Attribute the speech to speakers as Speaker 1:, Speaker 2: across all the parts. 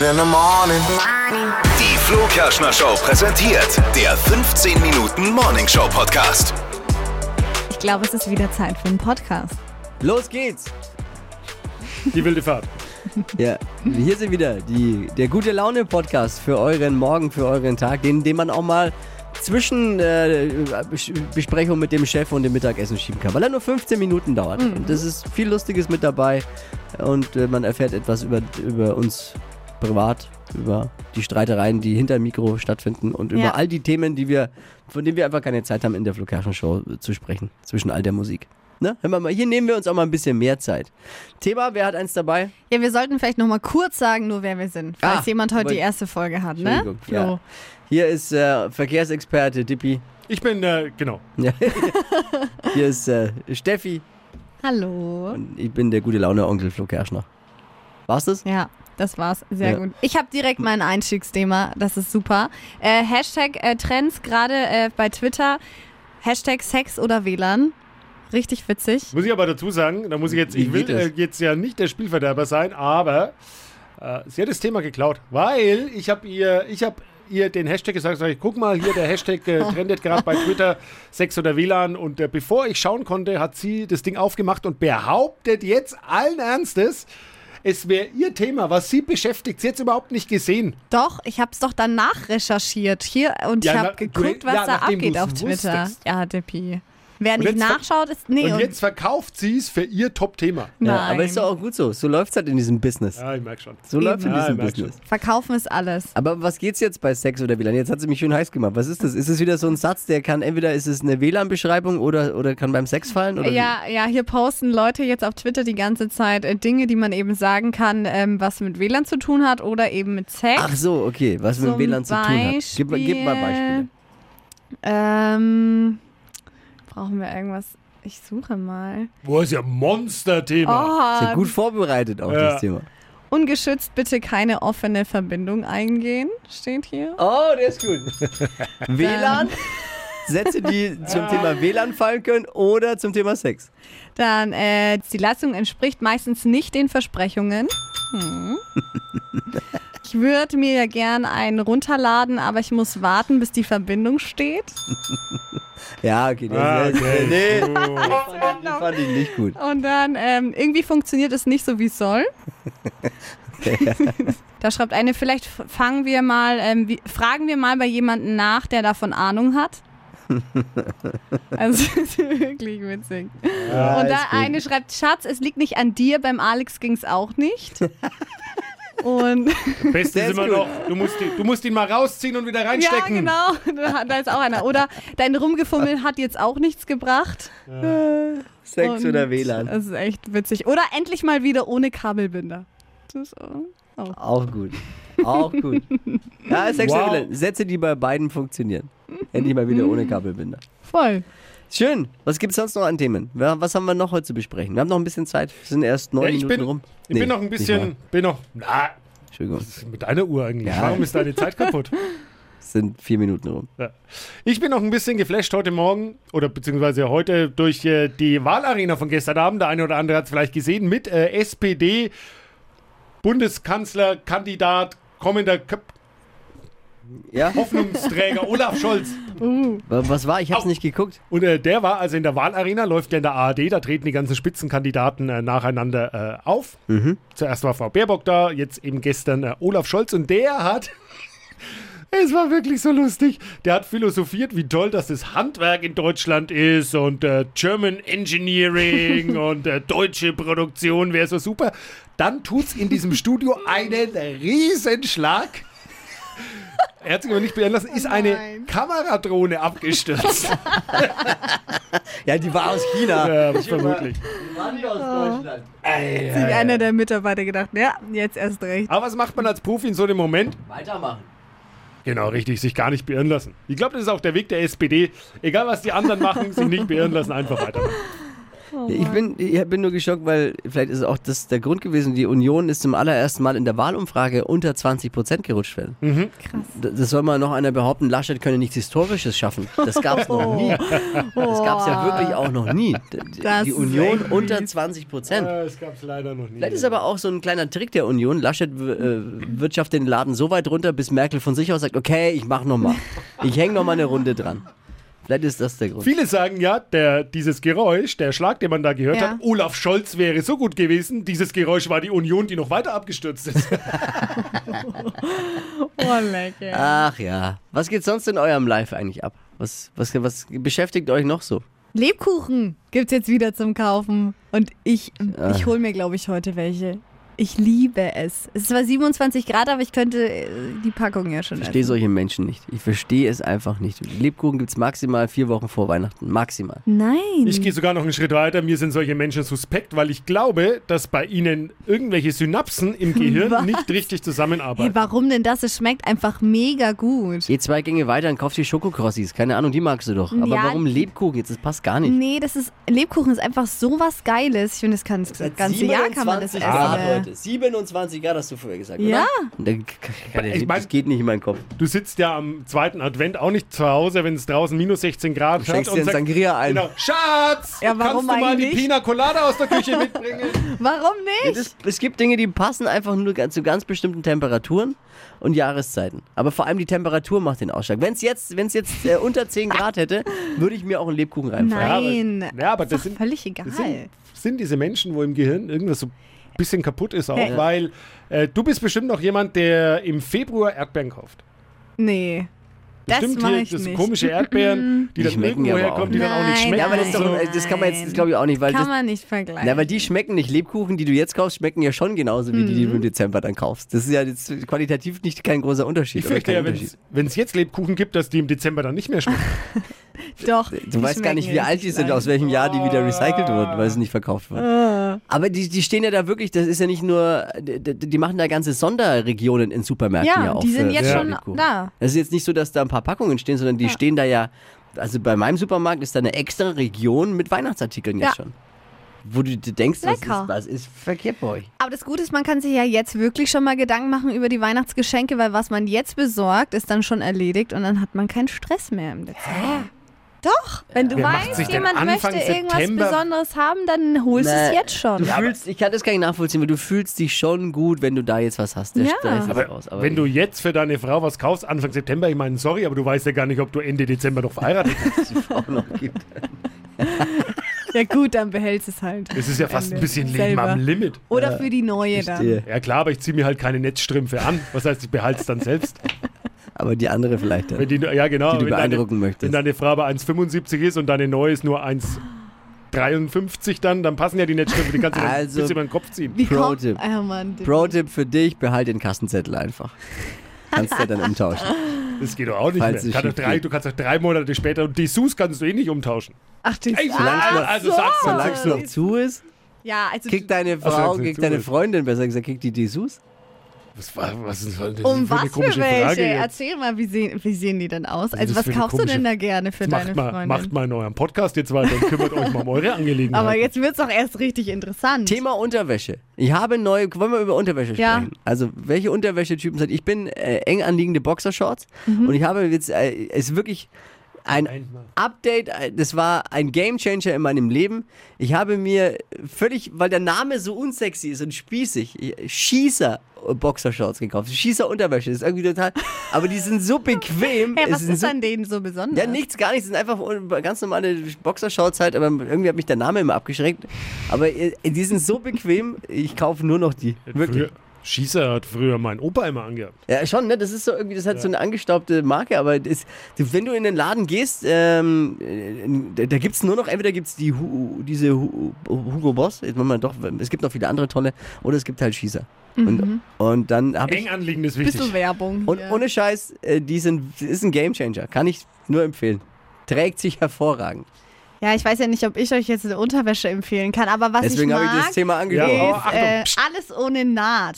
Speaker 1: in the morning.
Speaker 2: Die Flo Kerschner Show präsentiert der 15 Minuten Morning Show Podcast.
Speaker 3: Ich glaube, es ist wieder Zeit für einen Podcast.
Speaker 4: Los geht's!
Speaker 5: Die wilde Fahrt.
Speaker 4: Ja, hier sind wieder die, der gute Laune Podcast für euren Morgen, für euren Tag, den, den man auch mal zwischen äh, Bes- Besprechung mit dem Chef und dem Mittagessen schieben kann, weil er nur 15 Minuten dauert.
Speaker 5: Mhm.
Speaker 4: Und das ist viel Lustiges mit dabei und äh, man erfährt etwas über, über uns privat, über die Streitereien, die hinter dem Mikro stattfinden und
Speaker 3: Ja.
Speaker 4: über all die Themen, die wir, von denen wir einfach keine Zeit haben, in der Flugherrschen Show zu sprechen, zwischen all der Musik. Ne? Hören wir mal, hier nehmen wir uns auch mal ein bisschen mehr Zeit. Thema, wer hat eins dabei?
Speaker 3: Ja, wir sollten vielleicht nochmal kurz sagen, nur wer wir sind. Falls
Speaker 4: Ah,
Speaker 3: jemand heute
Speaker 4: wollt-
Speaker 3: die erste Folge hat, ne?
Speaker 4: Entschuldigung, ja. Hier ist äh, Verkehrsexperte Dippi.
Speaker 5: Ich bin, äh, genau.
Speaker 4: Ja. Hier ist äh, Steffi.
Speaker 3: Hallo.
Speaker 4: Und ich bin der gute Laune Onkel Flo Kerschner. War's das?
Speaker 3: Ja, das war's. Sehr
Speaker 4: Ja.
Speaker 3: gut. Ich habe direkt mein Einstiegsthema. Das ist super. Äh, Hashtag äh, Trends, gerade äh, bei Twitter. Hashtag Sex oder WLAN. Richtig witzig.
Speaker 5: Muss ich aber dazu sagen, da muss ich jetzt,
Speaker 4: Wie
Speaker 5: ich will
Speaker 4: geht das?
Speaker 5: äh, jetzt ja nicht der Spielverderber sein, aber äh, sie hat das Thema geklaut, weil ich habe ihr, ich habe ihr den Hashtag gesagt, sag ich, guck mal hier, der Hashtag äh, trendet gerade bei Twitter, Sex oder WLAN und äh, bevor ich schauen konnte, hat sie das Ding aufgemacht und behauptet jetzt allen Ernstes, es wäre ihr Thema, was sie beschäftigt. Sie hat es überhaupt nicht gesehen.
Speaker 3: Doch, ich habe es doch danach recherchiert hier und
Speaker 5: Ja,
Speaker 3: ich
Speaker 5: na,
Speaker 3: habe
Speaker 5: du-
Speaker 3: geguckt, was
Speaker 5: ja,
Speaker 3: da
Speaker 5: nachdem
Speaker 3: abgeht
Speaker 5: du's
Speaker 3: auf Twitter.
Speaker 5: wusstest.
Speaker 3: Ja, Dippi. Wer nicht
Speaker 5: jetzt ver-
Speaker 3: nachschaut, ist. Nee,
Speaker 5: und jetzt verkauft sie es für ihr Top-Thema.
Speaker 3: nein.
Speaker 4: aber ist doch auch gut so. So läuft's halt in diesem Business.
Speaker 5: Ja, ich merke schon.
Speaker 4: So läuft in
Speaker 5: Ja,
Speaker 4: diesem
Speaker 5: ich merk
Speaker 4: Business.
Speaker 3: Verkaufen ist alles.
Speaker 4: Aber was geht's jetzt bei Sex oder WLAN? Jetzt hat sie mich schön heiß gemacht. Was ist das? Ist es wieder so ein Satz, der kann entweder ist es eine WLAN-Beschreibung oder, oder kann beim Sex fallen? Oder wie?
Speaker 3: Ja, ja, hier posten Leute jetzt auf Twitter die ganze Zeit äh, Dinge, die man eben sagen kann, ähm, was mit WLAN zu tun hat oder eben mit Sex.
Speaker 4: Ach so, okay. Was mit
Speaker 3: Zum
Speaker 4: dem WLAN zu tun hat. Gib, mal- gib mal Beispiele.
Speaker 3: Beispiel. Ähm, brauchen wir irgendwas? Ich suche mal.
Speaker 5: Wo ist ihr Monster-Thema?
Speaker 4: Ist ja
Speaker 3: Oh,
Speaker 4: gut vorbereitet auf
Speaker 5: Ja.
Speaker 4: das Thema.
Speaker 3: ungeschützt bitte keine offene Verbindung eingehen, steht hier.
Speaker 4: Oh, der ist gut. WLAN? Ah. Sätze, die zum Thema WLAN fallen können oder zum Thema Sex.
Speaker 3: Dann, äh, die Leistung entspricht meistens nicht den Versprechungen. Hm. Ich würde mir ja gern einen runterladen, aber ich muss warten, bis die Verbindung steht.
Speaker 4: Ja, okay. Der
Speaker 5: Ah,
Speaker 4: ist,
Speaker 5: okay. Genau.
Speaker 4: Nee,
Speaker 5: Oh.
Speaker 4: den fand ich nicht gut.
Speaker 3: Und dann, ähm, irgendwie funktioniert es nicht so, wie es soll. da schreibt eine, vielleicht f- fangen wir mal, ähm, wie, fragen wir mal bei jemandem nach, der davon Ahnung hat. Also das ist wirklich witzig.
Speaker 5: Ah,
Speaker 4: Ja,
Speaker 3: Und
Speaker 4: ist
Speaker 3: da
Speaker 4: gut.
Speaker 3: eine schreibt, Schatz, es liegt nicht an dir, beim Alex ging es auch nicht. Und
Speaker 5: Beste
Speaker 4: Der
Speaker 5: ist
Speaker 4: ist
Speaker 5: immer
Speaker 4: gut.
Speaker 5: noch, du musst, ihn- du musst ihn mal rausziehen und wieder reinstecken.
Speaker 3: ja, genau, da, da ist auch einer. Oder dein Rumgefummel hat jetzt auch nichts gebracht.
Speaker 4: Sex
Speaker 3: Und
Speaker 4: oder WLAN.
Speaker 3: Das ist echt witzig. Oder endlich mal wieder ohne Kabelbinder. Das ist auch
Speaker 4: Auch gut. Auch gut. Ja, Sex
Speaker 5: Wow.
Speaker 4: oder WLAN. Sätze, die bei beiden funktionieren. Endlich mal wieder ohne Kabelbinder.
Speaker 3: voll.
Speaker 4: Schön. Was gibt's sonst noch an Themen? Wa- Was haben wir noch heute zu besprechen? Wir haben noch ein bisschen Zeit. Wir sind erst neun
Speaker 5: Ja, ich
Speaker 4: Minuten
Speaker 5: bin,
Speaker 4: rum.
Speaker 5: ich
Speaker 4: Nee,
Speaker 5: bin noch ein
Speaker 4: nicht wahr.
Speaker 5: bisschen, bin noch, na,
Speaker 4: Entschuldigung.
Speaker 5: was ist mit deiner Uhr eigentlich?
Speaker 4: Ja.
Speaker 5: Warum ist deine Zeit kaputt?
Speaker 4: Es sind vier Minuten rum.
Speaker 5: Ja. Ich bin noch ein bisschen geflasht heute Morgen oder beziehungsweise heute durch äh, die Wahlarena von gestern Abend. Der eine oder andere hat es vielleicht gesehen mit äh, SPD, Bundeskanzlerkandidat, kommender Köp
Speaker 4: Ja?
Speaker 5: Oh. Hoffnungsträger Olaf Scholz.
Speaker 4: Wa- Was war? Ich hab's
Speaker 5: Au.
Speaker 4: nicht geguckt.
Speaker 5: Und äh, der war also in der Wahlarena, läuft ja in der ARD, da treten die ganzen Spitzenkandidaten äh, nacheinander äh, auf. Zuerst war Frau Baerbock da, jetzt eben gestern äh, Olaf Scholz und der hat. Es war wirklich so lustig. Der hat philosophiert, wie toll dass das Handwerk in Deutschland ist und äh, German Engineering und äh, deutsche Produktion wäre so super. Dann tut's in diesem Studio einen Riesenschlag. Er hat sich aber nicht beirren lassen, ist eine Kameradrohne abgestürzt.
Speaker 4: Ja, die war aus China.
Speaker 5: Ja, vermutlich.
Speaker 4: Die war nicht aus
Speaker 3: Ah.
Speaker 4: Deutschland.
Speaker 3: Sich einer der Mitarbeiter gedacht, ja, jetzt erst recht.
Speaker 5: Aber was macht man als Profi in so einem Moment?
Speaker 4: Weitermachen.
Speaker 5: Genau, richtig, sich gar nicht beirren lassen. Ich glaube, das ist auch der Weg der SPD. Egal, was die anderen machen, sich nicht beirren lassen, einfach weitermachen.
Speaker 3: Oh
Speaker 4: ich, bin, ich bin nur geschockt, weil vielleicht ist auch das der Grund gewesen, die Union ist zum allerersten Mal in der Wahlumfrage unter 20 Prozent gerutscht werden.
Speaker 3: Mhm. Krass.
Speaker 4: D- Das soll mal noch einer behaupten, Laschet könne nichts Historisches schaffen. Das gab es noch nie. Das gab es ja wirklich auch noch nie. D- d-
Speaker 3: Oh. Das
Speaker 4: Die
Speaker 3: ist
Speaker 4: Union
Speaker 3: echt
Speaker 4: unter
Speaker 3: mies. Äh.
Speaker 4: 20 Prozent.
Speaker 5: Das gab es leider noch nie.
Speaker 4: Vielleicht ist aber auch so ein kleiner Trick der Union. Laschet w- äh, wirtschaftet den Laden so weit runter, bis Merkel von sich aus sagt, okay, ich mach nochmal. Ich häng nochmal eine Runde dran. Vielleicht ist das der Grund.
Speaker 5: Viele sagen ja, der, dieses Geräusch, der Schlag, den man da gehört
Speaker 3: Ja.
Speaker 5: hat, Olaf Scholz wäre so gut gewesen. Dieses Geräusch war die Union, die noch weiter abgestürzt ist.
Speaker 3: Oh, lecker.
Speaker 4: Ach ja. Was geht sonst in eurem Live eigentlich ab? Was, was, was beschäftigt euch noch so?
Speaker 3: Lebkuchen gibt's jetzt wieder zum Kaufen. Und ich,
Speaker 4: Ah.
Speaker 3: ich hole mir, glaube ich, heute welche. Ich liebe es. Es ist zwar 27 Grad, aber ich könnte äh, die Packung ja schon
Speaker 4: Ich verstehe
Speaker 3: essen.
Speaker 4: solche Menschen nicht. Ich verstehe es einfach nicht. Lebkuchen gibt es maximal vier Wochen vor Weihnachten. Maximal.
Speaker 3: Nein.
Speaker 5: Ich gehe sogar noch einen Schritt weiter. Mir sind solche Menschen suspekt, weil ich glaube, dass bei ihnen irgendwelche Synapsen im Gehirn
Speaker 3: Was?
Speaker 5: nicht richtig
Speaker 3: hey,
Speaker 5: zusammenarbeiten.
Speaker 3: warum denn das? Es schmeckt einfach mega gut.
Speaker 4: Geh zwei Gänge weiter und kauf die Schokokrossis. Keine Ahnung, die magst du doch. Aber
Speaker 3: Ja.
Speaker 4: warum Lebkuchen jetzt? Das passt gar nicht.
Speaker 3: Nee, das ist Lebkuchen ist einfach so was Geiles. Ich finde, das, kann, das ganze Jahr kann man das essen.
Speaker 4: Grad, Leute. 27 Grad hast du vorher gesagt,
Speaker 3: Ja.
Speaker 4: oder? Ja.
Speaker 5: Ich mein-
Speaker 4: Das geht nicht in meinen Kopf.
Speaker 5: Du sitzt ja am zweiten Advent auch nicht zu Hause, wenn es draußen minus 16 Grad hat.
Speaker 4: Schenkst dir einen Sangria ein.
Speaker 5: Genau. Schatz,
Speaker 3: Ja, warum
Speaker 5: kannst du mal die
Speaker 3: eigentlich?
Speaker 5: Pina Colada aus der Küche mitbringen?
Speaker 3: Warum
Speaker 4: Ja,
Speaker 3: nicht?
Speaker 4: das, es gibt Dinge, die passen einfach nur ganz- zu ganz bestimmten Temperaturen und Jahreszeiten. Aber vor allem die Temperatur macht den Ausschlag. Wenn es jetzt, wenn's jetzt äh, unter 10 Grad hätte, würde ich mir auch einen Lebkuchen reinfallen.
Speaker 3: Ah. Nein.
Speaker 5: Ja, aber- ja, aber das
Speaker 3: ist doch
Speaker 5: sind-
Speaker 3: völlig
Speaker 5: Das
Speaker 3: egal.
Speaker 5: sind, sind diese Menschen, wo im Gehirn irgendwas so ein bisschen kaputt ist auch,
Speaker 3: Ja.
Speaker 5: weil äh, du bist bestimmt noch jemand, der im Februar Erdbeeren kauft.
Speaker 3: Nee. Das
Speaker 5: Bestimmt
Speaker 3: mache
Speaker 5: hier
Speaker 3: ich
Speaker 5: das
Speaker 3: nicht.
Speaker 5: komische Erdbeeren, die,
Speaker 4: Die
Speaker 5: dann
Speaker 4: schmecken
Speaker 5: irgendwo
Speaker 4: ja aber auch
Speaker 5: herkommen, die dann auch nicht
Speaker 3: Nein,
Speaker 5: schmecken.
Speaker 4: Ja, aber das, ist doch,
Speaker 5: und
Speaker 4: äh, das kann man jetzt, glaube ich, auch nicht, weil
Speaker 3: Kann
Speaker 4: das,
Speaker 3: man nicht vergleichen.
Speaker 4: na, aber die schmecken nicht. Lebkuchen, die du jetzt kaufst, schmecken ja schon genauso wie die,
Speaker 3: Mhm.
Speaker 4: die du im Dezember dann kaufst. Das ist ja jetzt qualitativ nicht kein großer Unterschied.
Speaker 5: Ich fürchte
Speaker 4: oder
Speaker 5: ja,
Speaker 4: kein Unterschied.
Speaker 5: wenn es jetzt Lebkuchen gibt, dass die im Dezember dann nicht mehr schmecken.
Speaker 3: Doch.
Speaker 4: Du weißt gar nicht, wie alt die sind, aus welchem Jahr die wieder recycelt wurden, weil sie nicht verkauft wurden.
Speaker 3: Ah.
Speaker 4: Aber die, die stehen ja da wirklich, das ist ja nicht nur, die, die die machen da ganze Sonderregionen in Supermärkten.
Speaker 3: Ja,
Speaker 4: Ja, auch
Speaker 3: die sind
Speaker 4: für-
Speaker 3: jetzt
Speaker 4: für
Speaker 3: schon
Speaker 4: Lebkuchen.
Speaker 3: da.
Speaker 4: Das ist jetzt nicht so, dass da ein paar Packungen stehen, sondern die stehen da ja, also bei meinem Supermarkt ist da eine extra Region mit Weihnachtsartikeln jetzt
Speaker 3: Ja.
Speaker 4: schon. Wo du dir denkst, was ist,
Speaker 3: Lecker.
Speaker 4: was ist verkehrt bei euch?
Speaker 3: Aber das Gute ist, man kann sich ja jetzt wirklich schon mal Gedanken machen über die Weihnachtsgeschenke, weil was man jetzt besorgt, ist dann schon erledigt und dann hat man keinen Stress mehr im Dezember. Doch, wenn du
Speaker 5: Wer macht sich
Speaker 3: weißt,
Speaker 5: denn
Speaker 3: jemand möchte
Speaker 5: Anfang
Speaker 3: irgendwas
Speaker 5: September-
Speaker 3: Besonderes haben, dann holst du es
Speaker 4: Na,
Speaker 3: jetzt schon.
Speaker 4: Du fühlst, ich kann das gar nicht nachvollziehen, weil du fühlst dich schon gut, wenn du da jetzt was hast. Der
Speaker 3: Ja.
Speaker 4: Stress ist
Speaker 5: Aber
Speaker 4: raus.
Speaker 5: wenn du jetzt für deine Frau was kaufst, Anfang September, ich meine, sorry, aber du weißt ja gar nicht, ob du Ende Dezember noch verheiratet bist.
Speaker 4: die Frau noch gibt.
Speaker 3: Ja gut, dann behältst es halt.
Speaker 5: Es ist ja fast ein bisschen Leben
Speaker 3: Selber.
Speaker 5: am Limit.
Speaker 3: Oder für die neue dann.
Speaker 4: Verstehe.
Speaker 5: Ja klar, aber ich ziehe mir halt keine Netzstrümpfe an. Was heißt, ich behalte es dann selbst.
Speaker 4: Aber die andere vielleicht. Dann.
Speaker 5: Wenn die, ja, genau.
Speaker 4: Die du
Speaker 5: wenn deine-
Speaker 4: beeindrucken möchtest.
Speaker 5: Wenn deine Frau bei 1,75 ist und deine neue ist nur 1,53 dann, dann passen ja die Netzstrümpfe, die kannst du
Speaker 4: Also-
Speaker 5: dann bis über den Kopf ziehen.
Speaker 3: Wie
Speaker 4: Pro
Speaker 3: kommt-
Speaker 4: Tipp.
Speaker 3: Ah, Mann, Dick.
Speaker 4: Pro-Tipp für dich, behalt den Kassenzettel einfach. Kannst du dann umtauschen.
Speaker 5: Das geht doch auch nicht
Speaker 4: Falls
Speaker 5: mehr.
Speaker 4: es
Speaker 5: Kann doch
Speaker 4: schief
Speaker 5: drei,
Speaker 4: geht.
Speaker 5: du kannst doch drei Monate später und Dessous kannst du eh nicht umtauschen.
Speaker 3: Ach, die
Speaker 5: Ey,
Speaker 3: ah,
Speaker 5: solange- also
Speaker 3: so.
Speaker 5: sag's doch.
Speaker 4: Solange es noch zu ist,
Speaker 3: Ja, also
Speaker 4: kriegt deine
Speaker 5: Ach so,
Speaker 4: Frau,
Speaker 5: wenn's
Speaker 4: kriegt
Speaker 5: noch zu
Speaker 4: deine
Speaker 5: ist.
Speaker 4: Freundin, besser gesagt, kriegt die Dessous.
Speaker 5: Was, war- was ist das
Speaker 3: um
Speaker 5: für
Speaker 3: was
Speaker 5: eine
Speaker 3: für
Speaker 5: komische
Speaker 3: welche?
Speaker 5: Frage jetzt?
Speaker 3: Erzähl mal, wie sehen, wie sehen die denn aus?
Speaker 5: ist
Speaker 3: Also was
Speaker 5: für eine
Speaker 3: kaufst du denn
Speaker 5: komische-
Speaker 3: da gerne für deine
Speaker 5: Macht mal,
Speaker 3: Freundin?
Speaker 5: macht mal in eurem Podcast jetzt weiter und kümmert euch mal um eure Angelegenheiten.
Speaker 3: Aber jetzt wird's doch erst richtig interessant.
Speaker 4: Thema Unterwäsche. Ich habe neue, wollen wir über Unterwäsche
Speaker 3: Ja.
Speaker 4: sprechen? Also, welche Unterwäschetypen sind? Ich bin äh, eng anliegende Boxershorts
Speaker 3: Mhm.
Speaker 4: und ich habe jetzt, äh, ist wirklich ein
Speaker 5: Einmal.
Speaker 4: Update, äh, das war ein Gamechanger in meinem Leben. Ich habe mir völlig, weil der Name so unsexy ist und spießig, ich- Schießer äh, Boxershorts gekauft. Schießer Unterwäsche ist irgendwie total, aber die sind so bequem.
Speaker 3: Hey,
Speaker 4: es
Speaker 3: was
Speaker 4: sind
Speaker 3: ist
Speaker 4: so
Speaker 3: an denen so besonders?
Speaker 4: ja, nichts, gar nichts. Es sind einfach ganz normale Boxershorts halt, aber irgendwie hat mich der Name immer abgeschreckt. Aber äh, die sind so bequem, ich kaufe nur noch die. Wirklich.
Speaker 5: Früher, Schießer hat früher mein Opa immer angehabt.
Speaker 4: Ja, schon, ne? Das ist so irgendwie, das hat so eine angestaubte Marke, aber das, du, wenn du in den Laden gehst, ähm, äh, da, da gibt es nur noch, entweder gibt es die Hu, diese Hu, Hugo Boss, jetzt machen wir doch, es gibt noch viele andere tolle, oder es gibt halt Schießer. Und, und dann habe ich.
Speaker 5: Eng anliegend ist wichtig.
Speaker 3: Bisschen Werbung.
Speaker 4: Und
Speaker 3: hier.
Speaker 4: ohne Scheiß, äh, die sind, das ist ein Gamechanger. Kann ich nur empfehlen. Trägt sich hervorragend.
Speaker 3: ja, ich weiß ja nicht, ob ich euch jetzt eine Unterwäsche empfehlen kann, aber was
Speaker 4: Deswegen
Speaker 3: ich
Speaker 4: habe
Speaker 3: mag,
Speaker 4: ich das Thema Oh,
Speaker 5: Ja,
Speaker 4: angesprochen.
Speaker 5: aber Achtung,
Speaker 3: äh,
Speaker 5: psst.
Speaker 3: alles ohne Naht.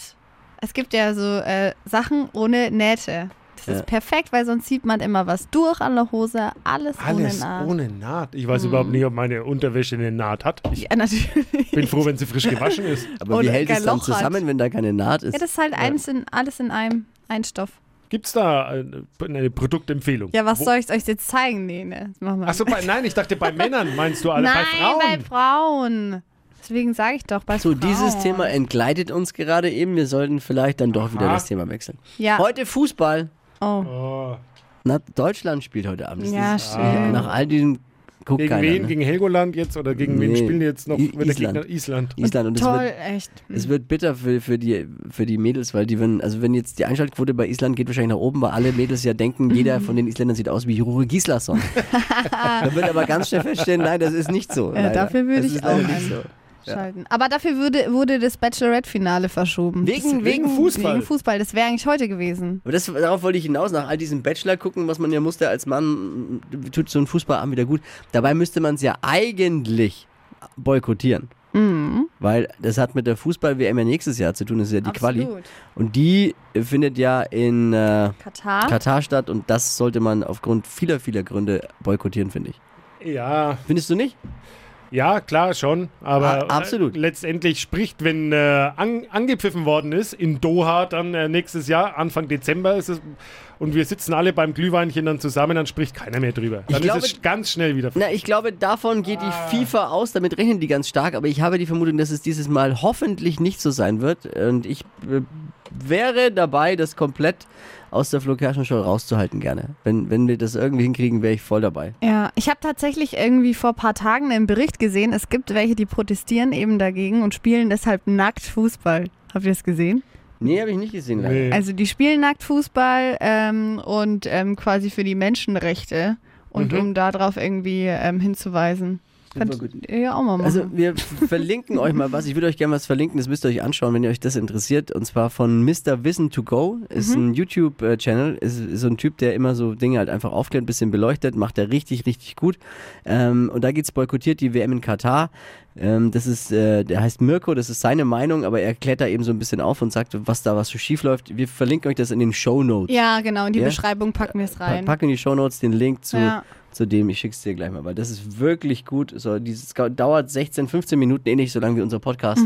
Speaker 3: Es gibt ja so äh, Sachen ohne Nähte. Das ist perfekt, weil sonst sieht man immer was durch an der Hose. Alles,
Speaker 5: Alles
Speaker 3: ohne Naht. Hm.
Speaker 5: ohne Naht. Ich weiß überhaupt nicht, ob meine Unterwäsche eine Naht hat. Ich
Speaker 3: Ja, natürlich.
Speaker 5: bin froh, wenn sie frisch gewaschen ist.
Speaker 4: Aber wie
Speaker 3: Oder
Speaker 4: hält
Speaker 3: kein
Speaker 4: es dann
Speaker 3: Loch hat.
Speaker 4: zusammen, wenn da keine Naht ist?
Speaker 3: Ja, das ist halt eins in, alles in einem, ein Stoff.
Speaker 5: Gibt es da eine, eine Produktempfehlung?
Speaker 3: Ja, was
Speaker 5: Wo-
Speaker 3: soll ich euch jetzt zeigen? Nee, ne, das machen wir.
Speaker 5: Ach so, bei, nein, ich dachte bei Männern meinst du alle.
Speaker 3: Nein,
Speaker 5: bei Frauen.
Speaker 3: bei Frauen. Deswegen sage ich doch, bei
Speaker 4: so,
Speaker 3: Frauen.
Speaker 4: dieses Thema entgleitet uns gerade eben. Wir sollten vielleicht dann doch wieder
Speaker 5: Aha.
Speaker 4: das Thema wechseln.
Speaker 3: Ja.
Speaker 4: Heute Fußball.
Speaker 3: Oh,
Speaker 5: oh,
Speaker 4: Na, Deutschland spielt heute Abend. Das
Speaker 3: ja,
Speaker 4: ist,
Speaker 3: schön.
Speaker 4: Nach all diesem guckt
Speaker 5: gegen
Speaker 4: keiner.
Speaker 5: wen?
Speaker 4: Ne?
Speaker 5: Gegen Helgoland jetzt oder gegen wen
Speaker 4: Nee,
Speaker 5: spielen die jetzt noch?
Speaker 4: I-
Speaker 5: wenn der
Speaker 4: Island.
Speaker 5: Gegner- Island.
Speaker 4: Island. Und es
Speaker 3: Toll,
Speaker 4: wird,
Speaker 3: echt.
Speaker 4: es wird bitter für, für, die, für die Mädels, weil die, wenn, also wenn jetzt die Einschaltquote bei Island geht wahrscheinlich nach oben, weil alle Mädels ja denken, jeder von den Isländern sieht aus wie Jure Gislason. Man wird aber ganz schnell feststellen, nein, das ist nicht so. leider.
Speaker 3: dafür würde
Speaker 4: Das
Speaker 3: ich
Speaker 4: ist leider
Speaker 3: auch
Speaker 4: nicht
Speaker 3: ein-
Speaker 4: so.
Speaker 3: Schalten. Aber dafür würde, wurde das Bachelorette-Finale verschoben.
Speaker 4: Wegen-
Speaker 3: Das-
Speaker 4: wegen Fußball.
Speaker 3: Wegen Fußball. Das wäre eigentlich heute gewesen.
Speaker 4: Aber das, darauf wollte ich hinaus, nach all diesem Bachelor gucken, was man ja musste als Mann, m, tut so ein Fußballabend wieder gut. Dabei müsste man es ja eigentlich boykottieren.
Speaker 3: Mhm,
Speaker 4: Weil das hat mit der Fußball-WM ja nächstes Jahr zu tun, das ist ja die Quali.
Speaker 3: Absolut.
Speaker 4: Und die äh, findet ja in äh,
Speaker 3: Katar.
Speaker 4: Katar statt und das sollte man aufgrund vieler, vieler Gründe boykottieren, finde ich.
Speaker 5: Ja,
Speaker 4: Findest du nicht?
Speaker 5: ja, klar, schon. Aber
Speaker 4: Ah, absolut.
Speaker 5: äh, letztendlich spricht, wenn äh, an, angepfiffen worden ist, in Doha dann äh, nächstes Jahr, Anfang Dezember ist es, und wir sitzen alle beim Glühweinchen dann zusammen, dann spricht keiner mehr drüber. Dann ist
Speaker 4: glaube-
Speaker 5: es ganz schnell wieder.
Speaker 4: Na, ich glaube, davon geht die FIFA aus, damit rechnen die ganz stark, aber ich habe die Vermutung, dass es dieses Mal hoffentlich nicht so sein wird und ich äh, wäre dabei, das komplett aus der Flo Kerschner Show rauszuhalten gerne. Wenn, wenn wir das irgendwie hinkriegen, wäre ich voll dabei.
Speaker 3: Ja, ich habe tatsächlich irgendwie vor ein paar Tagen einen Bericht gesehen. Es gibt welche, die protestieren eben dagegen und spielen deshalb nackt Fußball. Habt ihr das gesehen?
Speaker 4: Nee, habe ich nicht gesehen. leider.
Speaker 5: Nee.
Speaker 3: Also die spielen nackt Fußball ähm, und ähm, quasi für die Menschenrechte und
Speaker 5: Mhm.
Speaker 3: um darauf irgendwie ähm, hinzuweisen. Könnt
Speaker 4: gut.
Speaker 3: ihr ja auch mal machen.
Speaker 4: Also wir f- verlinken euch mal was. Ich würde euch gerne was verlinken, das müsst ihr euch anschauen, wenn ihr euch das interessiert. Und zwar von Mr. Wissen to Go. Ist ein YouTube-Channel. Ist, ist so ein Typ, der immer so Dinge halt einfach aufklärt, ein bisschen beleuchtet, macht er richtig, richtig gut. Ähm, und da geht's boykottiert die WM in Katar. Ähm, das ist, äh, der heißt Mirko, das ist seine Meinung, aber er klärt da eben so ein bisschen auf und sagt, was da was so schief läuft. Wir verlinken euch das in den Show Notes.
Speaker 3: ja, genau. In die
Speaker 4: Ja?
Speaker 3: Beschreibung packen wir es rein.
Speaker 4: Pack in die Show Notes den Link zu,
Speaker 3: Ja.
Speaker 4: zu dem. Ich schick's dir gleich mal, weil das ist wirklich gut. So, dieses ga- dauert 16, 15 Minuten, ähnlich so lange wie unser Podcast.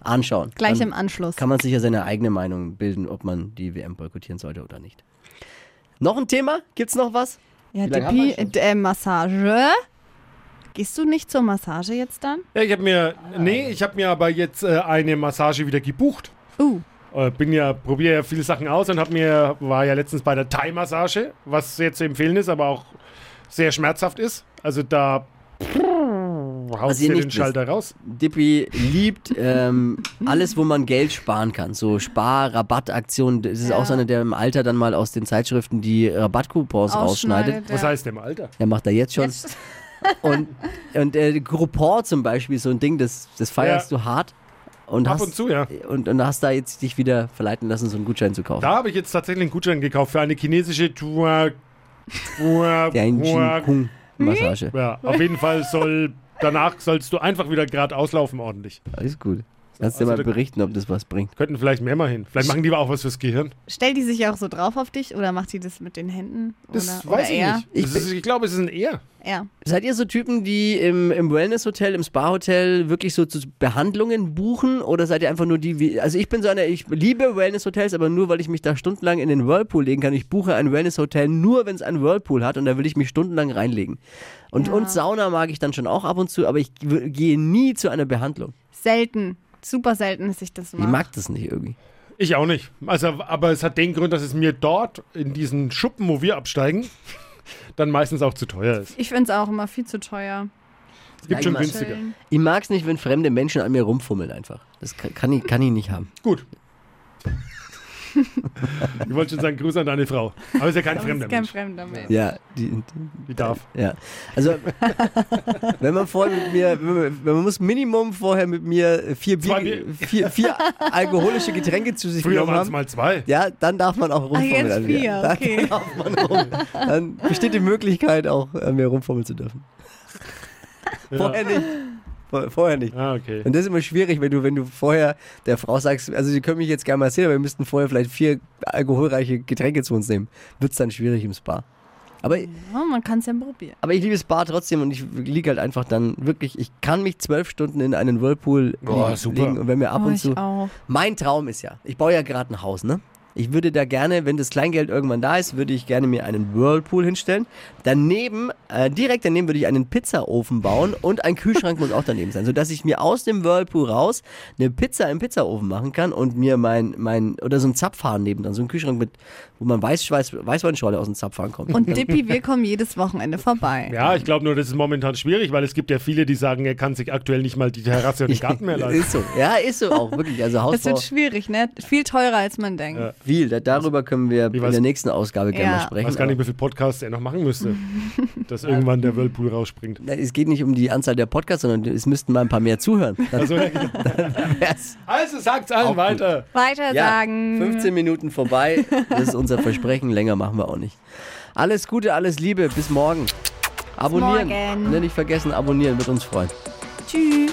Speaker 4: Anschauen.
Speaker 3: Mhm. Gleich
Speaker 4: Dann
Speaker 3: im Anschluss.
Speaker 4: ähm, Kann man sich ja seine eigene Meinung bilden, ob man die WM boykottieren sollte oder nicht. Noch ein Thema? Gibt's noch was?
Speaker 3: Ja,
Speaker 4: Wie lange haben wir
Speaker 3: Dippy,
Speaker 4: schon?
Speaker 3: äh, Massage. Gehst du nicht zur Massage jetzt dann?
Speaker 5: Ja, ich habe mir, nee, ich habe mir aber jetzt äh, eine Massage wieder gebucht.
Speaker 3: Uh,
Speaker 5: Äh, bin ja, probiere ja viele Sachen aus und hab mir, war ja letztens bei der Thai-Massage, was sehr zu empfehlen ist, aber auch sehr schmerzhaft ist. Also da haust
Speaker 4: ihr
Speaker 5: du
Speaker 4: nicht
Speaker 5: den Schalter raus.
Speaker 4: Dippi liebt ähm, alles, wo man Geld sparen kann. So Spar-Rabattaktionen. Das ist
Speaker 3: Ja.
Speaker 4: auch so einer, der im Alter dann mal aus den Zeitschriften die Rabattcoupons rausschneidet.
Speaker 3: ausschneidet.
Speaker 5: Was
Speaker 3: ja.
Speaker 5: heißt im Alter?
Speaker 4: Der macht er jetzt schon.
Speaker 3: Jetzt-
Speaker 4: Und, und äh, Groupon zum Beispiel, so ein Ding, das, das feierst
Speaker 5: Ja.
Speaker 4: du hart. Und
Speaker 5: Ab
Speaker 4: hast,
Speaker 5: und zu, ja.
Speaker 4: Und, und hast da jetzt dich wieder verleiten lassen, so einen Gutschein zu kaufen.
Speaker 5: Da habe ich jetzt tatsächlich einen Gutschein gekauft für eine chinesische Tour. Tour,
Speaker 4: Der
Speaker 5: Tour.
Speaker 4: Kung-Massage.
Speaker 5: Ja, auf jeden Fall soll, danach sollst du einfach wieder gerade auslaufen ordentlich.
Speaker 4: Alles gut. Kannst dir
Speaker 5: also
Speaker 4: mal
Speaker 5: der-
Speaker 4: berichten, ob das was bringt.
Speaker 5: Könnten vielleicht mehr mal hin. Vielleicht machen die aber auch was fürs Gehirn.
Speaker 3: Stellt die sich auch so drauf auf dich oder macht die das mit den Händen?
Speaker 5: Das
Speaker 3: oder,
Speaker 5: weiß
Speaker 3: oder
Speaker 5: ich
Speaker 3: er?
Speaker 5: nicht.
Speaker 4: Ich
Speaker 5: Das
Speaker 4: bin-
Speaker 5: ist, ich glaube, es ist ein Er.
Speaker 3: Er.
Speaker 4: Seid ihr so Typen, die im, im Wellness-Hotel, im Spa-Hotel wirklich so zu Behandlungen buchen? Oder seid ihr einfach nur die, wie, also ich bin so einer, ich liebe Wellness-Hotels, aber nur, weil ich mich da stundenlang in den Whirlpool legen kann. Ich buche ein Wellness-Hotel nur, wenn es einen Whirlpool hat und da will ich mich stundenlang reinlegen. Und, und Sauna mag ich dann schon auch ab und zu, aber ich w- gehe nie zu einer Behandlung.
Speaker 3: Selten. Super selten, dass ich das
Speaker 4: Ich
Speaker 3: mache.
Speaker 4: mag das nicht irgendwie.
Speaker 5: Ich auch nicht. Also, aber es hat den Grund, dass es mir dort in diesen Schuppen, wo wir absteigen, dann meistens auch zu teuer ist.
Speaker 3: Ich finde es auch immer viel zu teuer.
Speaker 5: Es gibt schon
Speaker 4: Nein, Mann.
Speaker 5: günstiger.
Speaker 3: Chillen.
Speaker 4: Ich mag es nicht, wenn fremde Menschen an mir rumfummeln einfach. Das kann, kann, ich, kann ich nicht haben.
Speaker 5: Gut. ich wollte schon sagen, Gruß an deine Frau. Aber ist ja kein
Speaker 3: Das
Speaker 5: Fremder.
Speaker 3: ist kein
Speaker 5: Mensch.
Speaker 3: fremder Mensch.
Speaker 4: Ja, die,
Speaker 5: Die darf.
Speaker 4: Ja, also wenn man vorher mit mir, wenn man, wenn man muss Minimum vorher mit mir vier,
Speaker 5: Zwei
Speaker 4: Bier,
Speaker 5: Bier.
Speaker 4: vier, vier alkoholische Getränke zu sich
Speaker 5: Früher
Speaker 4: genommen
Speaker 5: waren es
Speaker 4: haben.
Speaker 5: mal zwei.
Speaker 4: Ja, dann darf man auch
Speaker 3: Ach,
Speaker 4: rumfummeln.
Speaker 3: jetzt
Speaker 4: an mir.
Speaker 3: vier, okay.
Speaker 4: Dann, darf man rum. dann äh, besteht die Möglichkeit auch an mir rumfummeln zu dürfen.
Speaker 5: Ja.
Speaker 4: Vorher nicht. Vor- Vorher nicht.
Speaker 5: Ah, okay.
Speaker 4: Und das ist immer schwierig, wenn du, wenn du vorher der Frau sagst, also sie können mich jetzt gerne mal erzählen, aber wir müssten vorher vielleicht vier alkoholreiche Getränke zu uns nehmen. Wird es dann schwierig im Spa. Aber,
Speaker 3: Oh, man kann es ja probieren.
Speaker 4: aber ich liebe Spa trotzdem und ich liege halt einfach dann wirklich, ich kann mich zwölf Stunden in einen Whirlpool
Speaker 5: Boah,
Speaker 4: liegen,
Speaker 5: super.
Speaker 4: legen und wenn mir ab
Speaker 3: oh,
Speaker 4: und
Speaker 3: ich
Speaker 4: zu.
Speaker 3: auch.
Speaker 4: Mein Traum ist ja, ich baue ja gerade ein Haus, ne? Ich würde da gerne, wenn das Kleingeld irgendwann da ist, würde ich gerne mir einen Whirlpool hinstellen. Daneben, äh, direkt daneben würde ich einen Pizzaofen bauen und ein Kühlschrank muss auch daneben sein, sodass ich mir aus dem Whirlpool raus eine Pizza im Pizzaofen machen kann und mir mein, mein oder so ein Zapfhahn nebendran, so ein Kühlschrank mit, wo man Weißschweiß, Weißweinschorle aus dem Zapfhahn kommt.
Speaker 3: Und Dippy, wir kommen jedes Wochenende vorbei.
Speaker 5: Ja, ich glaube nur, das ist momentan schwierig, weil es gibt ja viele, die sagen, er kann sich aktuell nicht mal die Terrasse und den Garten mehr leisten.
Speaker 4: ist so. Ja, ist so auch, wirklich. Also
Speaker 3: Das
Speaker 4: Hausbau
Speaker 3: wird schwierig, ne? Viel teurer, als man denkt.
Speaker 5: Ja.
Speaker 4: viel. Da- Darüber können wir in
Speaker 5: weiß-
Speaker 4: der nächsten Ausgabe gerne
Speaker 3: Ja.
Speaker 4: mal sprechen.
Speaker 5: Ich weiß gar
Speaker 4: aber-
Speaker 5: nicht, wie viel Podcasts er noch machen müsste, dass irgendwann der Whirlpool rausspringt.
Speaker 4: Na, Es geht nicht um die Anzahl der Podcasts, sondern es müssten mal ein paar mehr zuhören. Dann
Speaker 5: Also, ja, genau.
Speaker 4: wär's.
Speaker 5: also sagt's allen weiter.
Speaker 3: Weiter
Speaker 4: ja,
Speaker 3: sagen.
Speaker 4: 15 Minuten vorbei. Das ist unser Versprechen. Länger machen wir auch nicht. Alles Gute, alles Liebe. Bis morgen. Abonnieren.
Speaker 3: morgen.
Speaker 4: Ne, nicht vergessen, abonnieren. Wird uns freuen.
Speaker 3: Tschüss.